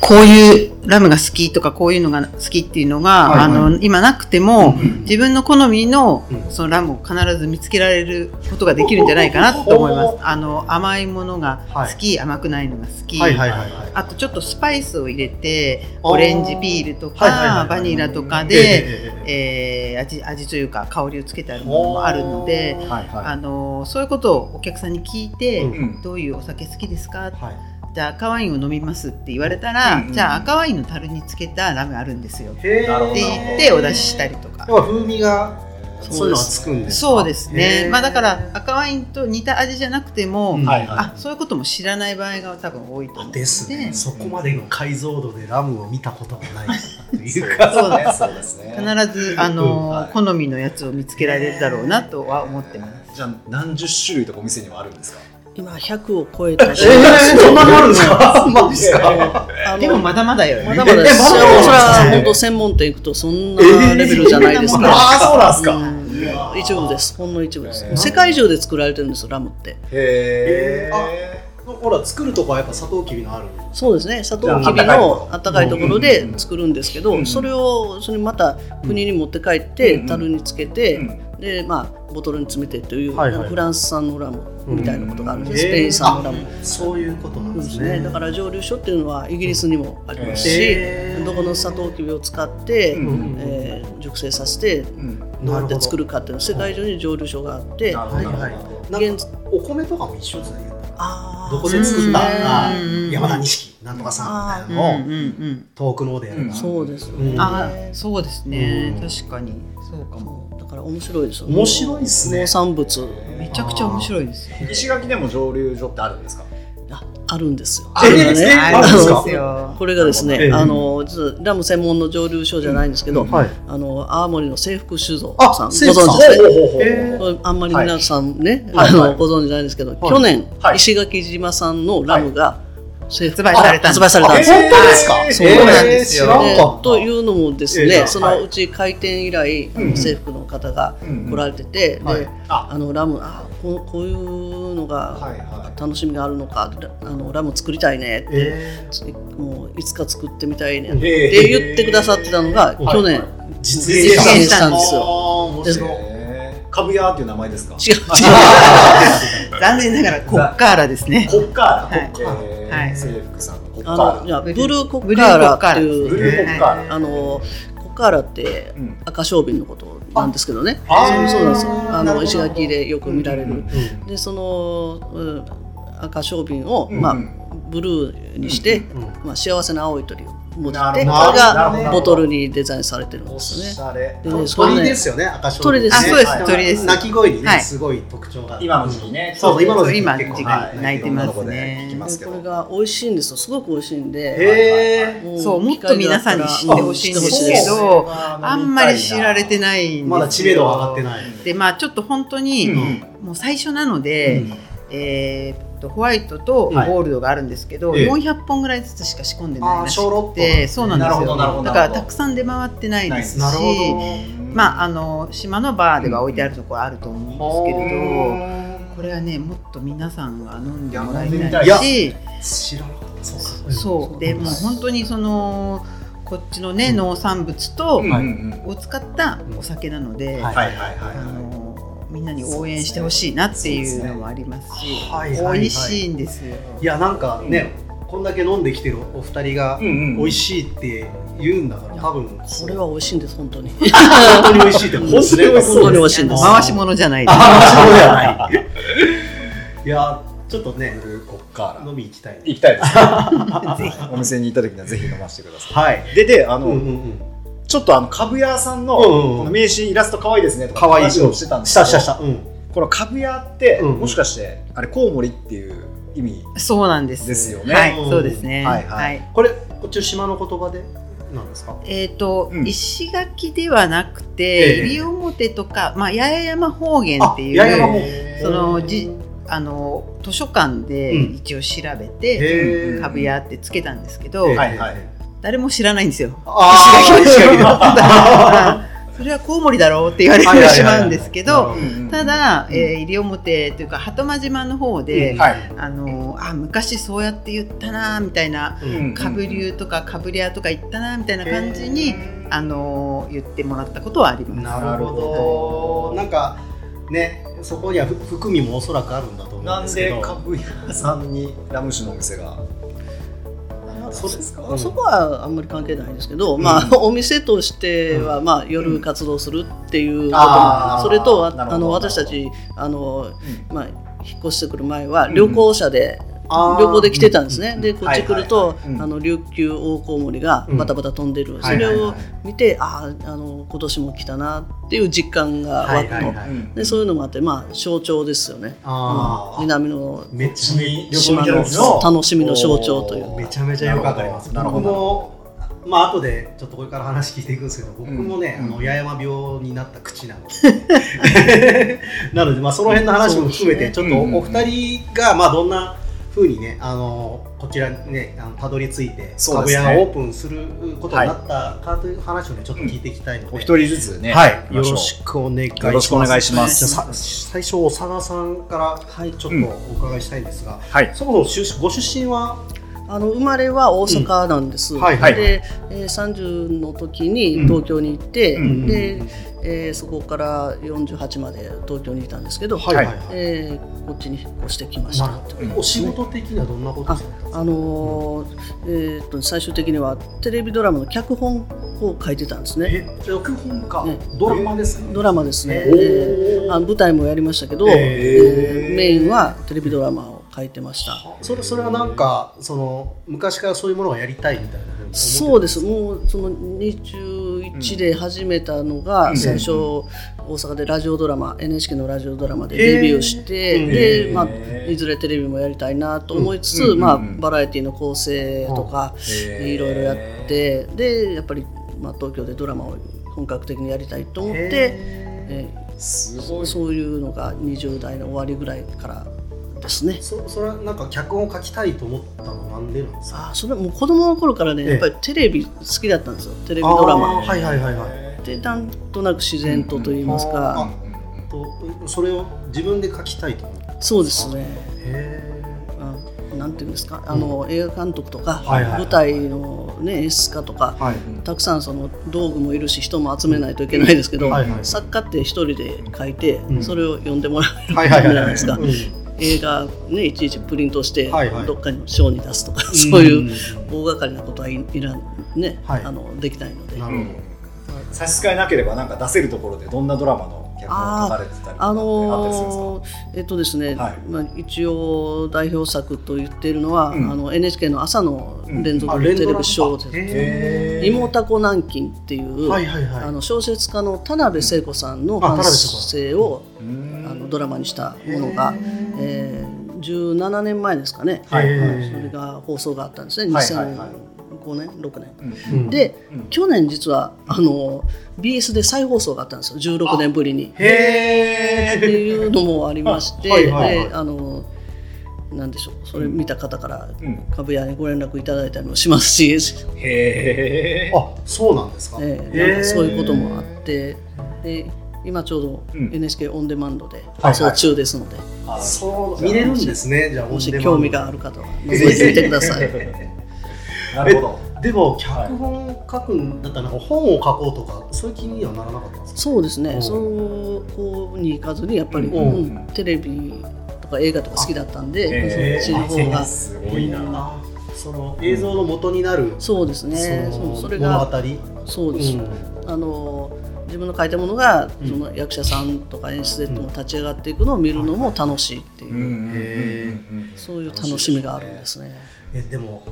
Speaker 4: こういうラムが好きとかこういうのが好きっていうのが、
Speaker 2: はいはい
Speaker 4: あの今なくても、
Speaker 1: うん
Speaker 4: 自分の好みの
Speaker 2: うん
Speaker 4: そのラムを必ず見つけられることができるんじゃないかなと思います。あの甘いものが好き、甘くないのが好き、
Speaker 2: はいはいはいはい。
Speaker 4: あとちょっとスパイスを入れて
Speaker 2: あー
Speaker 4: オレンジピールとか、
Speaker 2: はいはいはいはい
Speaker 4: バニラとか
Speaker 2: ええ
Speaker 4: で、
Speaker 2: ええええ
Speaker 4: えー味味というか香りをつけてあるものもあるので、
Speaker 1: はいは
Speaker 4: あのそういうことをお客さんに聞いて、
Speaker 2: うん
Speaker 1: いうん
Speaker 4: どういうお酒好きです
Speaker 2: は
Speaker 4: か
Speaker 2: い
Speaker 4: じゃあ赤ワインを飲みますって言われたら、
Speaker 1: うんうん
Speaker 4: じゃあ赤ワインの樽につけたラムあるんですよって
Speaker 2: へー
Speaker 1: なるほど
Speaker 4: 言ってお出ししたりとか
Speaker 2: 要は風味がそういうのはつくんですか
Speaker 4: そうです
Speaker 2: へ
Speaker 4: ね
Speaker 2: ー
Speaker 4: まあだから赤ワインと似た味じゃなくても、
Speaker 2: うん
Speaker 1: はいはい
Speaker 4: あそういうことも知らない場合が多分多いと思うの
Speaker 2: ですねそこまでの解像度でラムを見たことがないというか
Speaker 1: そうねそうですね
Speaker 4: 必ずあの、
Speaker 1: はい
Speaker 4: 好みのやつを見つけられるだろうなとは思ってます。
Speaker 1: じゃあ何十種類とかお店にはあるんですか
Speaker 3: 今100を超えたし、
Speaker 2: そんなにあるんですかマジですか
Speaker 3: あの
Speaker 4: でもまだまだよ
Speaker 3: ま
Speaker 4: ね。
Speaker 3: だまだ
Speaker 2: えまだまだ
Speaker 3: それはそれ
Speaker 2: そう
Speaker 3: は
Speaker 2: ですね
Speaker 3: 本当専門店行くとそんなレベルじゃないですから。
Speaker 1: ああそうなんですか
Speaker 3: うん
Speaker 1: や
Speaker 3: 一部です、ほんの一部です
Speaker 1: へー。
Speaker 3: 世界中で作られてるんですよ、ラムって。
Speaker 1: へえ
Speaker 2: ほら作るとこはやっぱ砂糖きびのある
Speaker 3: そうですね、サトウキ
Speaker 1: じゃ
Speaker 3: ビ
Speaker 1: あ
Speaker 3: のあったかいところ
Speaker 1: うんうんう
Speaker 3: で
Speaker 1: ん
Speaker 3: 作るんですけ
Speaker 1: うんう
Speaker 3: ど、
Speaker 1: ん
Speaker 3: それをそれまた国に持って帰
Speaker 1: う
Speaker 3: って
Speaker 1: んうん
Speaker 3: 樽につけ
Speaker 1: う
Speaker 3: て、
Speaker 1: ん
Speaker 3: でまあボトルに詰めてという
Speaker 2: はいはい
Speaker 3: フランス産のラムみたいなことがあるん
Speaker 2: へ
Speaker 3: で
Speaker 2: ー
Speaker 3: す。スペイン産のラム。
Speaker 2: そういうことなん
Speaker 3: そう
Speaker 2: で
Speaker 3: ですす
Speaker 2: ね
Speaker 3: ね。だから蒸留所っていうのはイギリスにもありますし
Speaker 2: へー、
Speaker 3: どこのサトウキビを使って
Speaker 1: うん
Speaker 3: えー熟成させて
Speaker 1: うん
Speaker 3: どうやって作るかっていうの世界中に蒸留所があって
Speaker 1: なるほ
Speaker 2: は
Speaker 1: ど
Speaker 2: い
Speaker 1: な
Speaker 2: は
Speaker 1: るほど
Speaker 2: いなんかお米とかも一緒ですね
Speaker 3: あー
Speaker 2: どこで作った
Speaker 3: そうですね
Speaker 2: あ
Speaker 4: うん
Speaker 2: 山田錦なんとかさんみたいな
Speaker 4: う
Speaker 2: の
Speaker 4: ん
Speaker 2: を
Speaker 4: うんうん。
Speaker 2: 遠くの方でやる
Speaker 1: うん
Speaker 3: そうですよ
Speaker 2: う
Speaker 3: ね
Speaker 2: ん
Speaker 4: あ、そうですね。
Speaker 2: うん
Speaker 4: 確かにそうかも。
Speaker 3: だから面白いですよ
Speaker 2: 面白いっすね
Speaker 3: 農産物
Speaker 4: めちゃくちゃ面白いですよ。
Speaker 1: 石垣でも蒸留所ってあるんですか
Speaker 3: ああるんですよ。
Speaker 2: あるんですね
Speaker 3: これ
Speaker 4: あ
Speaker 3: が
Speaker 4: る
Speaker 2: あ
Speaker 4: ん
Speaker 2: るん
Speaker 4: で
Speaker 2: ですか
Speaker 3: あの
Speaker 4: すよ。
Speaker 3: これがです
Speaker 2: え
Speaker 3: ね、
Speaker 2: え
Speaker 3: あの実はラム専門の蒸留所じゃないんですけど、
Speaker 2: はい。
Speaker 3: あの青森の制服酒造
Speaker 2: あ、
Speaker 3: さんご
Speaker 2: 聖子
Speaker 3: 存知ですね。
Speaker 2: ほうほうほう
Speaker 1: え
Speaker 3: これあんまり皆さんね、
Speaker 1: はいは
Speaker 3: あ
Speaker 1: いは
Speaker 3: の
Speaker 1: い
Speaker 3: ご存知ないんですけど、
Speaker 2: い
Speaker 3: 去年、
Speaker 1: はい
Speaker 3: 石垣島産のラムが制服
Speaker 4: 発売されたんで
Speaker 3: 発
Speaker 4: す
Speaker 3: 売された
Speaker 2: あ
Speaker 3: んですよ。
Speaker 2: 本当ですか
Speaker 1: えー
Speaker 2: えー
Speaker 4: そうなんですよ
Speaker 2: 知らん
Speaker 3: で
Speaker 2: かった
Speaker 3: というのもです
Speaker 2: ええ
Speaker 3: ね、
Speaker 2: はい
Speaker 3: そのうち開店以来、
Speaker 1: うんうん
Speaker 3: 制服の方が来られてて、で
Speaker 2: はい
Speaker 1: あ
Speaker 3: あのラムあここういうのが
Speaker 1: はいは
Speaker 3: 楽しみがあるのか、ラあのラム作りたいねって、
Speaker 2: え
Speaker 3: つもういつか作ってみたいね
Speaker 2: え
Speaker 3: っ
Speaker 2: ー
Speaker 3: て言ってくださってたのが、
Speaker 2: はい
Speaker 3: 去年、
Speaker 1: い
Speaker 2: 実
Speaker 3: 現した
Speaker 2: 現
Speaker 3: 実
Speaker 2: し
Speaker 3: 現したんですよ
Speaker 2: あー面白い
Speaker 1: えー、株屋っていう名前ですか
Speaker 3: 違う違う
Speaker 4: 残念ながら、こっからですね。
Speaker 1: コッカーラ、
Speaker 4: はい
Speaker 1: コッカーラ、
Speaker 4: はい
Speaker 1: えー制服さんのコッカー
Speaker 3: あ
Speaker 1: ラ
Speaker 3: のいやブ
Speaker 4: ブ
Speaker 3: ル
Speaker 4: ルー
Speaker 3: ーコッカーラってい
Speaker 1: ブ
Speaker 3: う
Speaker 1: ルーコッカーラ
Speaker 3: あのコッカーラって
Speaker 1: うん
Speaker 3: 赤小瓶のことなんですけどね
Speaker 1: あ
Speaker 3: そう
Speaker 1: ー
Speaker 3: そうなんですよあ
Speaker 1: なるほ
Speaker 3: の
Speaker 1: ど
Speaker 3: 石垣でよく見られ
Speaker 1: うん
Speaker 3: るでその、うん、赤小瓶を、
Speaker 1: うん
Speaker 3: まあ
Speaker 1: うんうん、
Speaker 3: ブルーにして、
Speaker 2: うんうん
Speaker 3: まあ、幸せな青い鳥を持
Speaker 1: な
Speaker 3: っ
Speaker 1: る
Speaker 3: て
Speaker 1: ほ
Speaker 3: これ
Speaker 1: どなるほど
Speaker 3: がボトルにデザインされてるん
Speaker 1: お
Speaker 3: です
Speaker 1: し
Speaker 3: よ
Speaker 1: ゃ
Speaker 3: ね
Speaker 1: れ
Speaker 3: でねそれ
Speaker 2: 鳥
Speaker 3: ね
Speaker 2: ですよね、赤潮
Speaker 3: 鳥です
Speaker 4: あ、そうです
Speaker 1: は、い
Speaker 4: 鳥です。
Speaker 2: 鳴き声にね、
Speaker 4: はい
Speaker 2: すごい特徴が。
Speaker 1: 今の時期ね
Speaker 2: そうそう、今の時期。
Speaker 4: 今
Speaker 2: 結構
Speaker 4: 時期
Speaker 2: はい
Speaker 4: 泣いてます
Speaker 1: 聞
Speaker 4: ね
Speaker 1: きます
Speaker 3: で
Speaker 1: け
Speaker 3: こ
Speaker 1: ど
Speaker 3: れが美味しいんですよすごく美味しいん
Speaker 2: へえ。
Speaker 3: で、も
Speaker 4: そうもっと皆さんに知ってほしいんです
Speaker 3: 機会があったらうん知ってほしいで
Speaker 4: け
Speaker 3: す
Speaker 4: どあんまり知られて
Speaker 1: い
Speaker 4: ないんですよ。
Speaker 2: まだ知名度は上がってない。
Speaker 4: で、まあ、ちょっと本当に、もう最初なので、えーっとホワイトとゴ
Speaker 2: はい
Speaker 4: ールドがあるんですけど、
Speaker 2: ええ
Speaker 4: 400本ぐらいずつしか仕込んでないらし
Speaker 2: あー小ロット
Speaker 4: くてそうなんで
Speaker 1: な
Speaker 4: す
Speaker 1: るほど
Speaker 4: よ
Speaker 1: なるほど
Speaker 4: だからたくさん出回ってないですし
Speaker 2: なるほ
Speaker 4: まあ、あの島のバーでは置いてあるところあると思うんですけれど、これはねもっと皆さんが飲んでもらい
Speaker 1: いや飲んでみた
Speaker 4: たい
Speaker 1: い
Speaker 2: 知
Speaker 4: し
Speaker 2: らなかった。そうか。
Speaker 4: そうでもう本当にそのこっちのね、
Speaker 2: うん
Speaker 4: 農産物と、
Speaker 1: うんうんうん
Speaker 4: を使ったお酒なので、
Speaker 2: うんはい
Speaker 1: はいはいは
Speaker 4: あ
Speaker 1: いは
Speaker 4: のみんなに応援してほしいなっていうのもありますし、
Speaker 2: はいはいはい
Speaker 4: 美味しいんですよ。
Speaker 2: いや、なんかね、こんだけ飲んできてるお二人が
Speaker 1: い。、うん
Speaker 2: 美味しいって言うんだから、多分。
Speaker 3: これは美味しいんです本当に
Speaker 2: 本当に美味しいって、本当に美味しい
Speaker 3: 本当に美味しいんです
Speaker 4: 回し物じゃないです。
Speaker 2: あ、そうじゃない。いや、ちょっと
Speaker 1: い。
Speaker 2: ね
Speaker 1: ブ、ルーコッカーラ
Speaker 2: 飲み行きたいね。
Speaker 1: 行きたいです。
Speaker 4: ぜひ
Speaker 1: お店に行った時にはぜひ飲ませてくださ
Speaker 2: はい。
Speaker 1: い。でであ
Speaker 2: う
Speaker 1: の、
Speaker 2: んうんうん。
Speaker 1: ちょっとあの株屋さんの、
Speaker 2: うんうんうん
Speaker 1: この名刺イラスト可愛いですねとか
Speaker 2: 可愛い
Speaker 1: 話をしてたんです
Speaker 2: し
Speaker 1: けど
Speaker 2: たしたした。うん。
Speaker 1: この株屋って、
Speaker 2: うんうん
Speaker 1: もしかしてあれコウモリっていう意味
Speaker 4: そうなんです。
Speaker 1: ですよね
Speaker 4: はい、
Speaker 2: うん
Speaker 4: そうですね。
Speaker 1: はいはい
Speaker 2: これ、こっちの島の言葉で。なんですか。
Speaker 4: えっ、と、
Speaker 1: うん
Speaker 4: 石垣ではなくて、
Speaker 2: ええ
Speaker 4: 西表とか、まあ、八重山方言ってい
Speaker 2: あ八重山
Speaker 4: う。
Speaker 2: 方言
Speaker 1: へー
Speaker 4: そのじ、あの、図書館で
Speaker 2: うん
Speaker 4: 一応調べて、
Speaker 2: へ
Speaker 1: ー
Speaker 4: 株屋ってつけたんですけど、
Speaker 2: ええ
Speaker 1: はいはい
Speaker 4: 誰も知らないんですよ。
Speaker 2: あー
Speaker 4: 石垣の人がそ れはコウモリだろうって言われ
Speaker 2: はいは
Speaker 4: て
Speaker 2: いはい
Speaker 4: しまうんですけ
Speaker 2: なるほ
Speaker 4: ど
Speaker 2: ど。
Speaker 4: ただ、
Speaker 1: うん
Speaker 4: えー、西表というか鳩間島の方
Speaker 2: う
Speaker 4: で
Speaker 2: ん、
Speaker 1: はい
Speaker 4: あのあ昔そうやって言ったなみたいな
Speaker 2: う
Speaker 1: うん
Speaker 2: ん。
Speaker 4: かぶりゅうとかかぶりゃとか言ったなみたいな感じに、
Speaker 1: へー
Speaker 4: あの言ってもらったことはあります。
Speaker 2: なるほど。なんか。ね、そこにはふ含みもおそらくあるんだと思うん
Speaker 1: な
Speaker 2: で
Speaker 1: ん
Speaker 2: すけ
Speaker 1: で
Speaker 2: ど。
Speaker 1: 株屋さんにラム酒のお店が
Speaker 2: そうですか。
Speaker 3: そこはあんまり関係ないんですけど、まあ、お店としては、まあ、夜活動するっていうことも、
Speaker 1: あー
Speaker 3: それとあ
Speaker 1: なるほどな
Speaker 3: あの
Speaker 1: るほど
Speaker 3: 私たちあの、
Speaker 1: う
Speaker 3: まあ、引っ越してくる前は旅行者で、
Speaker 2: あー
Speaker 3: 旅行で来てたんですね、
Speaker 2: うん
Speaker 3: でこっち来ると、
Speaker 1: はいはいはいうん
Speaker 3: あの琉球大コウモリがバタバタ飛んでる、
Speaker 2: ん
Speaker 3: それ
Speaker 2: はいはい
Speaker 3: を
Speaker 2: はい
Speaker 3: 見て、あああの今年も来たなっていう実感が
Speaker 2: は
Speaker 3: 湧
Speaker 2: い
Speaker 3: くと、
Speaker 2: はいはい。
Speaker 3: でそういうのもあって、まあ、象徴ですよね、
Speaker 2: ああ、
Speaker 3: 南の
Speaker 2: めっちゃめ
Speaker 1: 旅行に行
Speaker 3: 島
Speaker 1: った
Speaker 3: の
Speaker 1: 時の
Speaker 3: 楽しみの象徴という
Speaker 1: おー
Speaker 2: めちゃめちゃよくわかります。
Speaker 1: なるほ
Speaker 2: 僕
Speaker 1: ど
Speaker 2: も。まあ後でちょっとこれから話聞いていくんですけど僕もね、
Speaker 1: うん
Speaker 2: あの八重山病になった口なの でなので、まあ、その辺の話も含めて、ち
Speaker 1: そ
Speaker 2: ょ
Speaker 1: う
Speaker 2: っ
Speaker 1: です
Speaker 2: と
Speaker 1: ね
Speaker 2: お二人が、まあ、どんな風にねあのこちらにねあのたどり着いて
Speaker 1: そうで
Speaker 2: 株
Speaker 1: すね
Speaker 2: 屋をオープンすることになったかという話をねちょっと聞いていきたいので、
Speaker 1: お一人ずつね、
Speaker 2: はい、よ
Speaker 1: よ
Speaker 2: ろ
Speaker 1: ろ
Speaker 2: し
Speaker 1: し
Speaker 2: くお願いします。
Speaker 1: よろしくお願いします
Speaker 2: じゃあさ最初、長田さんからちょっとお伺いしたいんですが、
Speaker 1: はい
Speaker 2: そもそも出ご出身は、
Speaker 3: あの生まれは大阪なんです、
Speaker 2: うんはいはい
Speaker 3: で、えー、30の時に
Speaker 2: うん
Speaker 3: 東京に行って、
Speaker 1: うんうん
Speaker 3: で、えーそこから48まで東京にいたんですけど、
Speaker 2: はいはいはい。
Speaker 3: えーこっちに引っ越してきまし
Speaker 2: な
Speaker 3: た
Speaker 2: るほどお仕事的にはどんなことですか
Speaker 3: あのーえーっと最終的にはテレビドラマの脚本を書いてたんですね
Speaker 2: え、脚本か
Speaker 3: ね
Speaker 2: ドラマですね。
Speaker 3: ドラマですね、
Speaker 2: おー
Speaker 3: であの舞台もやりましたけど、
Speaker 2: えー
Speaker 3: えーメインはテレビドラマを書いてました
Speaker 2: それそれはなんかその昔からそういうものをやりたいみたいなふに思ってたん
Speaker 3: そうです
Speaker 2: か
Speaker 3: もうその21ちで始めたのが、
Speaker 1: うん
Speaker 3: 最初大阪でラジオドラマ NHK のラジオドラマでデビューして、で、まあ、いずれテレビもやりたいなと思いつつ、
Speaker 1: うんうん
Speaker 3: ま
Speaker 1: う
Speaker 3: あ、
Speaker 1: ん
Speaker 3: バラエティの構成とか、いろいろやってでやっぱり、まあ、東京でドラマを本格的にやりたいと思って、え
Speaker 1: すご
Speaker 3: ー
Speaker 1: い
Speaker 3: そういうのが20代の終わりぐらいからですね。
Speaker 2: そそれはなんか脚本を書きたいと思ったのはなんでなんですか
Speaker 3: あーそれはもう子供の頃からね
Speaker 2: ええ
Speaker 3: やっぱりテレビ好きだったんですよテレビドラマ
Speaker 2: あーはいはいはいはい
Speaker 3: でなんとなく自然とと言います
Speaker 2: うん
Speaker 3: か、
Speaker 2: とそれを自分で書きたいと思った
Speaker 3: そうですね
Speaker 2: へ
Speaker 3: あなんていうんですかあの、映画監督とか、
Speaker 2: はいはいはい
Speaker 3: 舞台の、ね、演出家とか
Speaker 2: えはい
Speaker 3: たくさんその道具もいるし人も集めないといけないですけど、
Speaker 2: はいはい
Speaker 3: 作家って一人で書いて、
Speaker 2: うん
Speaker 3: それを読んでもらう
Speaker 2: はいはいはいはい
Speaker 3: ですか映画、ね、いちいちプリントして、
Speaker 2: はいはい
Speaker 3: どっかの賞に出すとか、そうい
Speaker 2: う
Speaker 3: う大掛かりなことはいいらん、ね
Speaker 2: はい
Speaker 3: あのできないので
Speaker 2: なるほど
Speaker 1: 差し支えなければなんか出せるところでどんなドラマの脚本を書かれてたりとかって
Speaker 3: あ
Speaker 1: あったりするんですか
Speaker 3: のーえっとですね、
Speaker 1: はい
Speaker 3: まあ、一応代表作と言っているのは、
Speaker 1: うん
Speaker 3: あの NHK の朝の連
Speaker 2: あ
Speaker 3: 続
Speaker 2: 連
Speaker 3: テ
Speaker 2: ド
Speaker 3: レ
Speaker 2: ラ
Speaker 3: ビ小説
Speaker 2: へ
Speaker 1: へー
Speaker 3: 妹子南京っていう、
Speaker 2: はいはいはい
Speaker 3: あの小説家の田辺聖子さんの
Speaker 2: うんあ田
Speaker 3: 反
Speaker 2: 辺聖
Speaker 3: 省を
Speaker 1: う
Speaker 3: あ
Speaker 1: ん
Speaker 3: のドラマにした
Speaker 2: へ
Speaker 3: も
Speaker 2: ー
Speaker 3: のが、えー17年前ですかね、
Speaker 1: はいはい
Speaker 2: へー
Speaker 3: それが放送があったんですね
Speaker 1: はいは
Speaker 3: 2005
Speaker 1: いはい
Speaker 3: 年、6年。
Speaker 1: うん
Speaker 2: うん
Speaker 3: で
Speaker 1: うん
Speaker 3: 去年実はあの BS で再放送があったんですよ16年ぶりに。って
Speaker 1: へえ
Speaker 3: いうのもありまして、
Speaker 2: あはいはいはい
Speaker 3: であのなんでしょうそれ見た方から
Speaker 1: うん
Speaker 3: 株屋にご連絡いただいたりもしますし、
Speaker 1: へえ
Speaker 2: あそうなんですか
Speaker 3: えー
Speaker 2: へー
Speaker 3: なんかそういうこともあってで今ちょうど
Speaker 1: うん
Speaker 3: NHK オンデマンドで
Speaker 2: はい
Speaker 3: 放送中ですので、
Speaker 1: あ
Speaker 2: そう見れるんですねじゃあ
Speaker 3: もし
Speaker 2: オンデマンド
Speaker 3: 興味がある方は覗いてみてください。
Speaker 1: なるほど
Speaker 2: でも脚本書くんだったらなんか本を書こうとかそういう気にはならなかったんですか
Speaker 3: そうです
Speaker 2: う
Speaker 3: ね
Speaker 2: ん
Speaker 3: そうこうに行かずにやっぱり、
Speaker 2: うん
Speaker 3: うんテレビとか映画とか好きだったん
Speaker 1: へー
Speaker 3: でそっちの方が
Speaker 1: すごいな
Speaker 2: あその映像の元になる、
Speaker 3: そうですね
Speaker 2: そ
Speaker 3: そ
Speaker 2: の
Speaker 3: うそれ
Speaker 2: 物
Speaker 3: が
Speaker 2: 語、
Speaker 3: そうです、あの自分の書いたものが、
Speaker 2: うん
Speaker 3: その役者さんとか演出でも立ち上がっていくのを見るのも楽しいっていう、
Speaker 1: へ
Speaker 3: そういう楽しみがあるんですね。
Speaker 2: えでも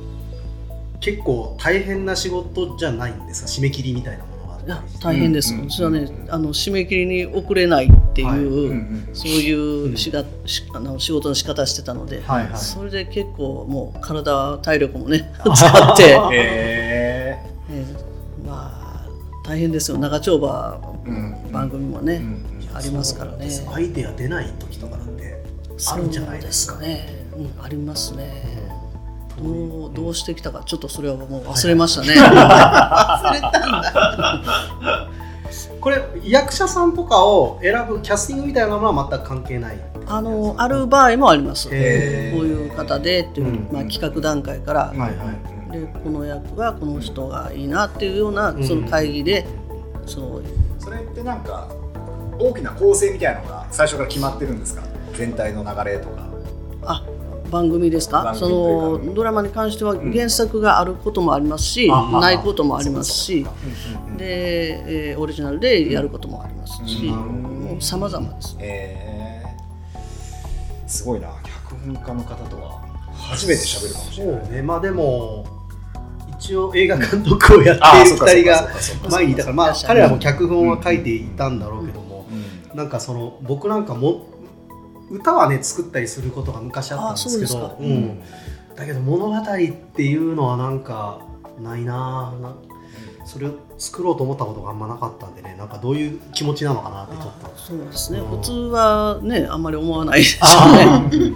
Speaker 2: 結構大変な仕事じゃないんですか締め切りみたいなものがあっ
Speaker 3: いや
Speaker 2: たりして
Speaker 3: 大変です、
Speaker 1: うん
Speaker 3: それはねあの締め切りに遅れないっていう、
Speaker 2: はい
Speaker 1: うんうん
Speaker 3: そういうしが、しあの仕事の仕方してたので、
Speaker 2: はいはい
Speaker 3: それで結構もう体体力 もね使って、
Speaker 1: へえ
Speaker 3: えーまあ大変ですよ長丁場
Speaker 1: うん
Speaker 3: 番組もね、
Speaker 1: うん
Speaker 3: ありますからね
Speaker 2: そうアイデア出ない時とかなんてあるんじゃないですか
Speaker 3: そうですね、うん、ありますね、
Speaker 2: うん
Speaker 3: どうどうしてきたかちょっとそれはもう忘れましたね、
Speaker 2: これ役者さんとかを選ぶキャスティングみたいなものは全く関係ない
Speaker 3: あのある場合もあります、
Speaker 2: へー
Speaker 3: こういう方でっていう、
Speaker 2: うん
Speaker 3: まあ、企画段階から、
Speaker 2: はいはい
Speaker 3: でこの役はこの人がいいなっていうような、
Speaker 2: うん
Speaker 3: その会議でその
Speaker 1: それってなんか大きな構成みたいなのが最初から決まってるんですか全体の流れとか
Speaker 3: あ番組ですか
Speaker 1: 番組
Speaker 3: そ
Speaker 1: というか
Speaker 3: のドラマに関しては
Speaker 1: ん
Speaker 3: 原作があることもありますし、
Speaker 2: あ
Speaker 3: ないこともありますし
Speaker 2: そうか
Speaker 3: で、えーオリジナルでやることもありますし、
Speaker 1: うん
Speaker 3: もう様々です
Speaker 1: えー、すごいな脚本家の方とは初めて喋るかもしれない
Speaker 2: そうねまあでも一応映画監督をや
Speaker 1: あー
Speaker 2: ってい
Speaker 1: そ
Speaker 2: る
Speaker 1: っか
Speaker 2: 2人
Speaker 1: そ
Speaker 2: が
Speaker 1: っかそっか
Speaker 2: 前にいたからまあ彼らも脚本は書いていたんだろうけども
Speaker 1: うん
Speaker 2: なんかその僕なんかも歌はね作ったりすることが昔あったんですけど
Speaker 3: あそう
Speaker 1: うんん
Speaker 2: だけど物語っていうのはなんかないなぁなそれを作ろうと思ったことがあんまなかったんでねなんかどういう気持ちなのかなってちょっと
Speaker 3: そうですね
Speaker 2: うん
Speaker 3: 普通はねあんまり思わないですよね
Speaker 2: あー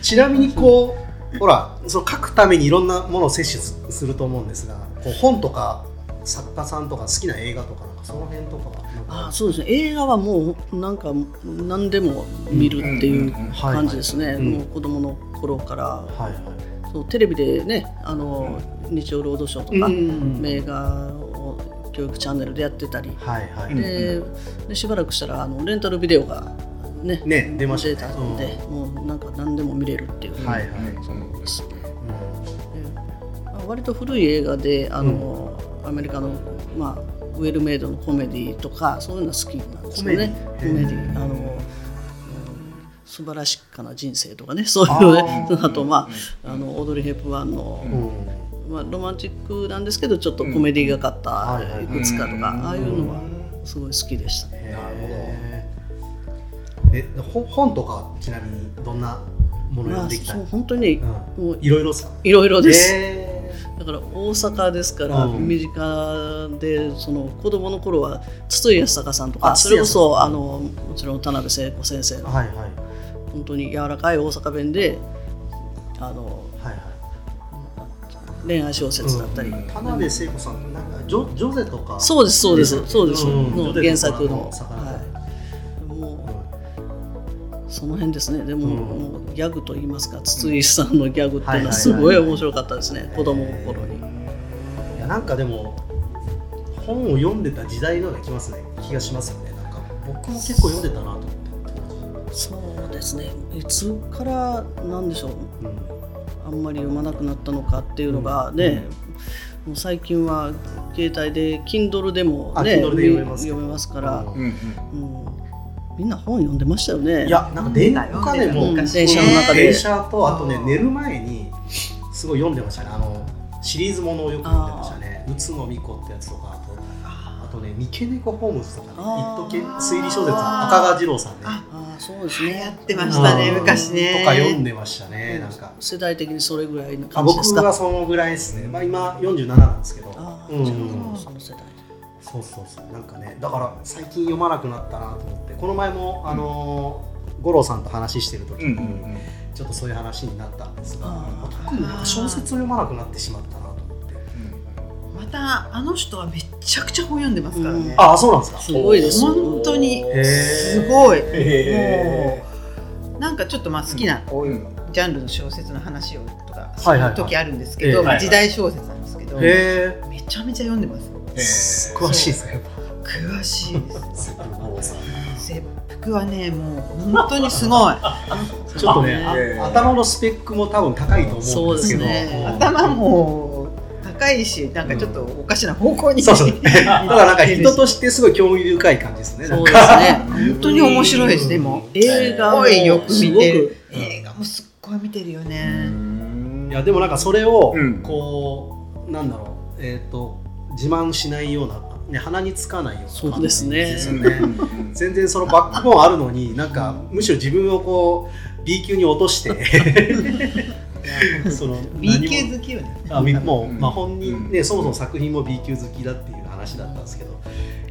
Speaker 2: ちなみにこうほらその書くためにいろんなものを摂取すると思うんですがこう本とか作家さんとか好きな映画とかなんかその辺とかはなん
Speaker 3: あ
Speaker 2: か
Speaker 3: そうですね映画はもうなんか何でも見るっていう
Speaker 2: はい
Speaker 3: 感じですね、
Speaker 2: うん
Speaker 3: もう子供の頃から
Speaker 2: はいはい
Speaker 3: そうテレビでねあの、日曜ロードショーとか、映画を教育チャンネルでやってたり、
Speaker 2: はいは
Speaker 1: うん
Speaker 2: い
Speaker 3: ででしばらくしたらあのレンタルビデオがね
Speaker 2: ね出まし
Speaker 3: 出
Speaker 2: た
Speaker 3: た
Speaker 2: ね
Speaker 3: ので、もうなんか何でも見れるっていう、
Speaker 2: うんはいはい
Speaker 1: うん
Speaker 3: ですね
Speaker 2: う
Speaker 3: で割と古い映画であの、アメリカの、まあ、ウェルメイドのコメディとかそういうのは好きなんですよね
Speaker 2: コ
Speaker 3: コ
Speaker 2: メ
Speaker 3: メ
Speaker 2: デ
Speaker 3: デ
Speaker 2: ィ
Speaker 3: ィ
Speaker 2: へー
Speaker 3: あの、うん素晴らしかな人生とかねそういうのね
Speaker 2: あ
Speaker 3: あとまああのオードリー・ヘップワンの、
Speaker 2: んうん
Speaker 3: まあ、ロマンチックなんですけどちょっとコメディがかっ
Speaker 2: うんは
Speaker 3: た
Speaker 2: い
Speaker 3: い
Speaker 2: はい
Speaker 3: くつかとか、
Speaker 1: うん
Speaker 3: ああいうのはすごい好きでした、
Speaker 2: なえほ本とかちなみにどんなもの
Speaker 3: ま
Speaker 2: 読ん
Speaker 3: あ、
Speaker 2: できた
Speaker 3: そう
Speaker 2: の、
Speaker 3: 本当に
Speaker 2: うん
Speaker 3: もう
Speaker 2: いろいろさ
Speaker 3: いろいろです、
Speaker 2: え
Speaker 3: だから大阪ですから
Speaker 2: うん
Speaker 3: 身近でその子供の頃は筒井康隆さんと
Speaker 2: あ
Speaker 3: かそれこ
Speaker 2: 筒井
Speaker 3: そ
Speaker 2: 康
Speaker 3: あのもちろん田辺聖子先生
Speaker 2: ー
Speaker 3: の
Speaker 2: はいはいはい
Speaker 3: 本当に柔らかい大阪弁であの
Speaker 2: はい
Speaker 3: 恋愛小説だったり、
Speaker 2: うん田辺聖子さんなんかジョジョゼとか
Speaker 3: そうですそうですそうです、
Speaker 2: ん
Speaker 3: の
Speaker 2: ジョゼとか
Speaker 3: 原作の、
Speaker 2: 魚だ
Speaker 3: は
Speaker 2: っ
Speaker 3: い、
Speaker 2: たり
Speaker 3: も
Speaker 2: うん
Speaker 3: うその辺ですねでも,、
Speaker 2: うん
Speaker 3: もうギャグと言いますか筒井さんのギャグっていうのはす
Speaker 2: は
Speaker 3: ご
Speaker 2: い
Speaker 3: い
Speaker 2: はいはい
Speaker 3: 面白かったですね、子供心に、
Speaker 2: いやなんかでも本を読んでた時代のような気ますね気がしますよねなんか僕も結構読んでたなと思って、
Speaker 3: そうですねいつからなんでしょう
Speaker 2: うん
Speaker 3: あんまり読まなくなったのかっていうのがね、もう最近は携帯で Kindle でも
Speaker 2: あ
Speaker 3: ね
Speaker 2: Kindle で読めます
Speaker 3: 読めますから、
Speaker 2: う
Speaker 1: うんうん
Speaker 3: うんみんな本読んでましたよね
Speaker 2: いやなんか電僕はね
Speaker 4: うん
Speaker 2: もう
Speaker 3: うん電車の中で
Speaker 2: 電車とあとね
Speaker 4: うん
Speaker 2: 寝る前にすごい読んでましたねあのシリーズものをよく読んでましたね宇都宮子ってやつとかあとあとね三毛猫ホームズとかね
Speaker 3: あ
Speaker 2: 一
Speaker 3: ー
Speaker 2: 時推理小説は赤川次郎さんね
Speaker 4: あ
Speaker 3: ああそうです
Speaker 4: 流
Speaker 3: ね
Speaker 4: 行ってましたね
Speaker 2: うん
Speaker 4: 昔ね
Speaker 2: とか読んでましたねなんか
Speaker 3: 世代的にそれぐらいの
Speaker 2: あ
Speaker 3: 感じ
Speaker 2: 僕
Speaker 3: ですか
Speaker 2: はそのぐらいですね、まあ、今47なんですけど
Speaker 3: ああ、
Speaker 2: うん
Speaker 3: じゃあもうその世代
Speaker 2: そうそうそうなんかねだから最近読まなくなったなと思ってこの前も、あのー五郎さんと話してる時
Speaker 1: うん
Speaker 2: に、
Speaker 1: うん
Speaker 2: ちょっとそういう話になったんですが、
Speaker 3: あー
Speaker 2: 特になんか小説を読まなくなってしまったなと思って
Speaker 4: またあの人はめちゃくちゃ本読んでますからね、
Speaker 2: ああそうなんですか
Speaker 3: すごいですよ
Speaker 4: 本当
Speaker 2: へ
Speaker 4: に
Speaker 2: ー
Speaker 4: すごい
Speaker 2: へ
Speaker 4: なんかちょっとまあ好きなこういううんジャンルの小説の話をとかす
Speaker 2: はいはいは
Speaker 4: る
Speaker 2: い
Speaker 4: 時あるんです
Speaker 2: え
Speaker 4: け
Speaker 2: えは
Speaker 4: ど
Speaker 2: い
Speaker 4: ま
Speaker 1: はい
Speaker 4: あ時代小説なんですけどめ
Speaker 2: へえ
Speaker 4: ちゃめちゃ読んでます
Speaker 2: 詳しいですねやっ
Speaker 4: 詳しいで
Speaker 2: ぱ切腹五郎さん
Speaker 4: す切腹はねもう本当にす ごい
Speaker 2: ちょっとねあ
Speaker 1: へー
Speaker 2: 頭のスペックも多分高いと思うんですけど
Speaker 3: そうですね
Speaker 2: うん
Speaker 4: 頭も高いしなんかちょっとおかしな方向に、
Speaker 2: そうそう だからなんか人としてすごい興味深い感じですねなん
Speaker 3: そう
Speaker 2: か
Speaker 3: です ね
Speaker 4: 本当に面白いですねもう
Speaker 3: 映画も
Speaker 4: すごいよく見てる
Speaker 2: うん
Speaker 4: 映画もすっごい見てるよね、
Speaker 2: いやでもなんかそれを
Speaker 1: うん
Speaker 2: こう、なんだろうえっ、と自慢しないような、ね、鼻につかないような
Speaker 3: そうですね
Speaker 2: 感じ ですよね全然そのバックボーンあるのになんかむしろ自分をこう B 級に落としてその
Speaker 4: B 級
Speaker 2: 好
Speaker 4: 好きよね
Speaker 2: きあみもう、
Speaker 1: うん
Speaker 2: まあ、本人ね、
Speaker 1: うん
Speaker 2: そもそも作品も B 級好きだっていう話だったんですけど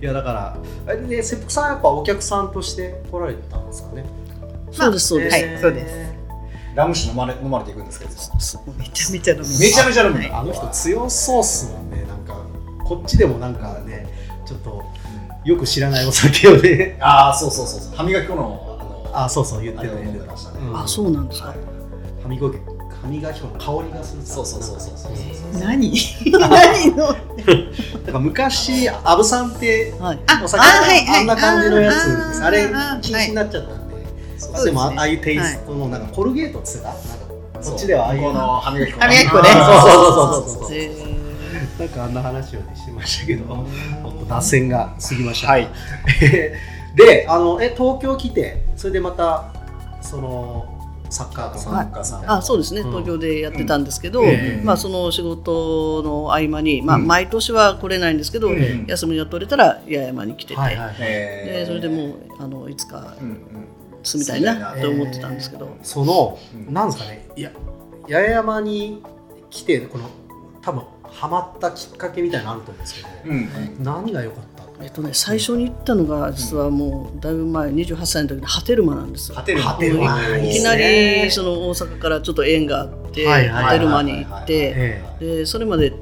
Speaker 2: いやだからあれね切腹さんはやっぱお客さんとして来られてたんですかね
Speaker 3: そうですそうです、
Speaker 4: はいそうです
Speaker 1: ラム酒飲まれ飲まれていくんですけど
Speaker 4: めちゃめちゃ飲みます
Speaker 1: めちゃめちゃ飲む
Speaker 4: はい
Speaker 2: あの人強そうっすもんねなんかこっちでもなんかねちょっとよく知らないお酒をね
Speaker 1: ああそうそうそうそう歯磨き粉のあの
Speaker 2: あそうそう言っ
Speaker 1: あ
Speaker 2: て
Speaker 1: れ
Speaker 2: た
Speaker 1: を飲
Speaker 2: 言
Speaker 1: ん
Speaker 2: っ
Speaker 1: で
Speaker 2: てた
Speaker 1: ましたね
Speaker 2: うん
Speaker 3: あそうなんですか、
Speaker 2: 歯磨き歯磨き粉の香りがする
Speaker 1: そうそうそうそうそう
Speaker 4: 何何の
Speaker 2: だから昔アブさんって
Speaker 3: はい
Speaker 2: お酒
Speaker 4: あはい
Speaker 2: あ
Speaker 4: はい
Speaker 2: んな感じのやつです
Speaker 4: あー
Speaker 2: あれ
Speaker 4: あー
Speaker 2: 禁止になっちゃったんで
Speaker 1: そ
Speaker 2: あ
Speaker 1: う
Speaker 4: そう
Speaker 2: で
Speaker 4: ですね
Speaker 2: もああいうテイストのなんかコルゲートっつうかなんかこっちではああいう
Speaker 1: この歯磨き粉
Speaker 4: 歯磨き粉ね
Speaker 2: あーそうそうそうそうそう
Speaker 3: へー
Speaker 2: なんかあんな話をねしてましたけどもっと脱線が過ぎました、
Speaker 1: はい、
Speaker 2: であのえ東京来てそれでまたそのサッカーさん
Speaker 1: 作家さん
Speaker 3: あそうですね、
Speaker 2: うん
Speaker 3: 東京でやってたんですけど、
Speaker 2: うんえ
Speaker 3: まあ、その仕事の合間に、まあ、
Speaker 1: うん
Speaker 3: 毎年は来れないんですけど、
Speaker 1: うん
Speaker 3: 休みが取れたら八重山に来てて、
Speaker 2: はいはい
Speaker 3: で
Speaker 1: え
Speaker 3: それでもうあのいつか
Speaker 1: うんうん
Speaker 3: 住みたいなと思ってたんですけど、
Speaker 2: その
Speaker 1: うん
Speaker 2: なんですかねいや八重山に来てこの多分ハマったきっかけみたいなのあると思うんですけど、
Speaker 1: うん
Speaker 2: 何が良かった
Speaker 3: えっとね、最初に行ったのが実はもうだいぶ前28歳の時のハテルマなんですよ
Speaker 1: 勝てる
Speaker 2: 勝てるわ
Speaker 1: おー
Speaker 3: いきなりその大阪からちょっと縁があって、
Speaker 2: はいはいはいはい
Speaker 3: ハテルマに行っ
Speaker 2: え
Speaker 3: て
Speaker 2: え
Speaker 3: でそれまで、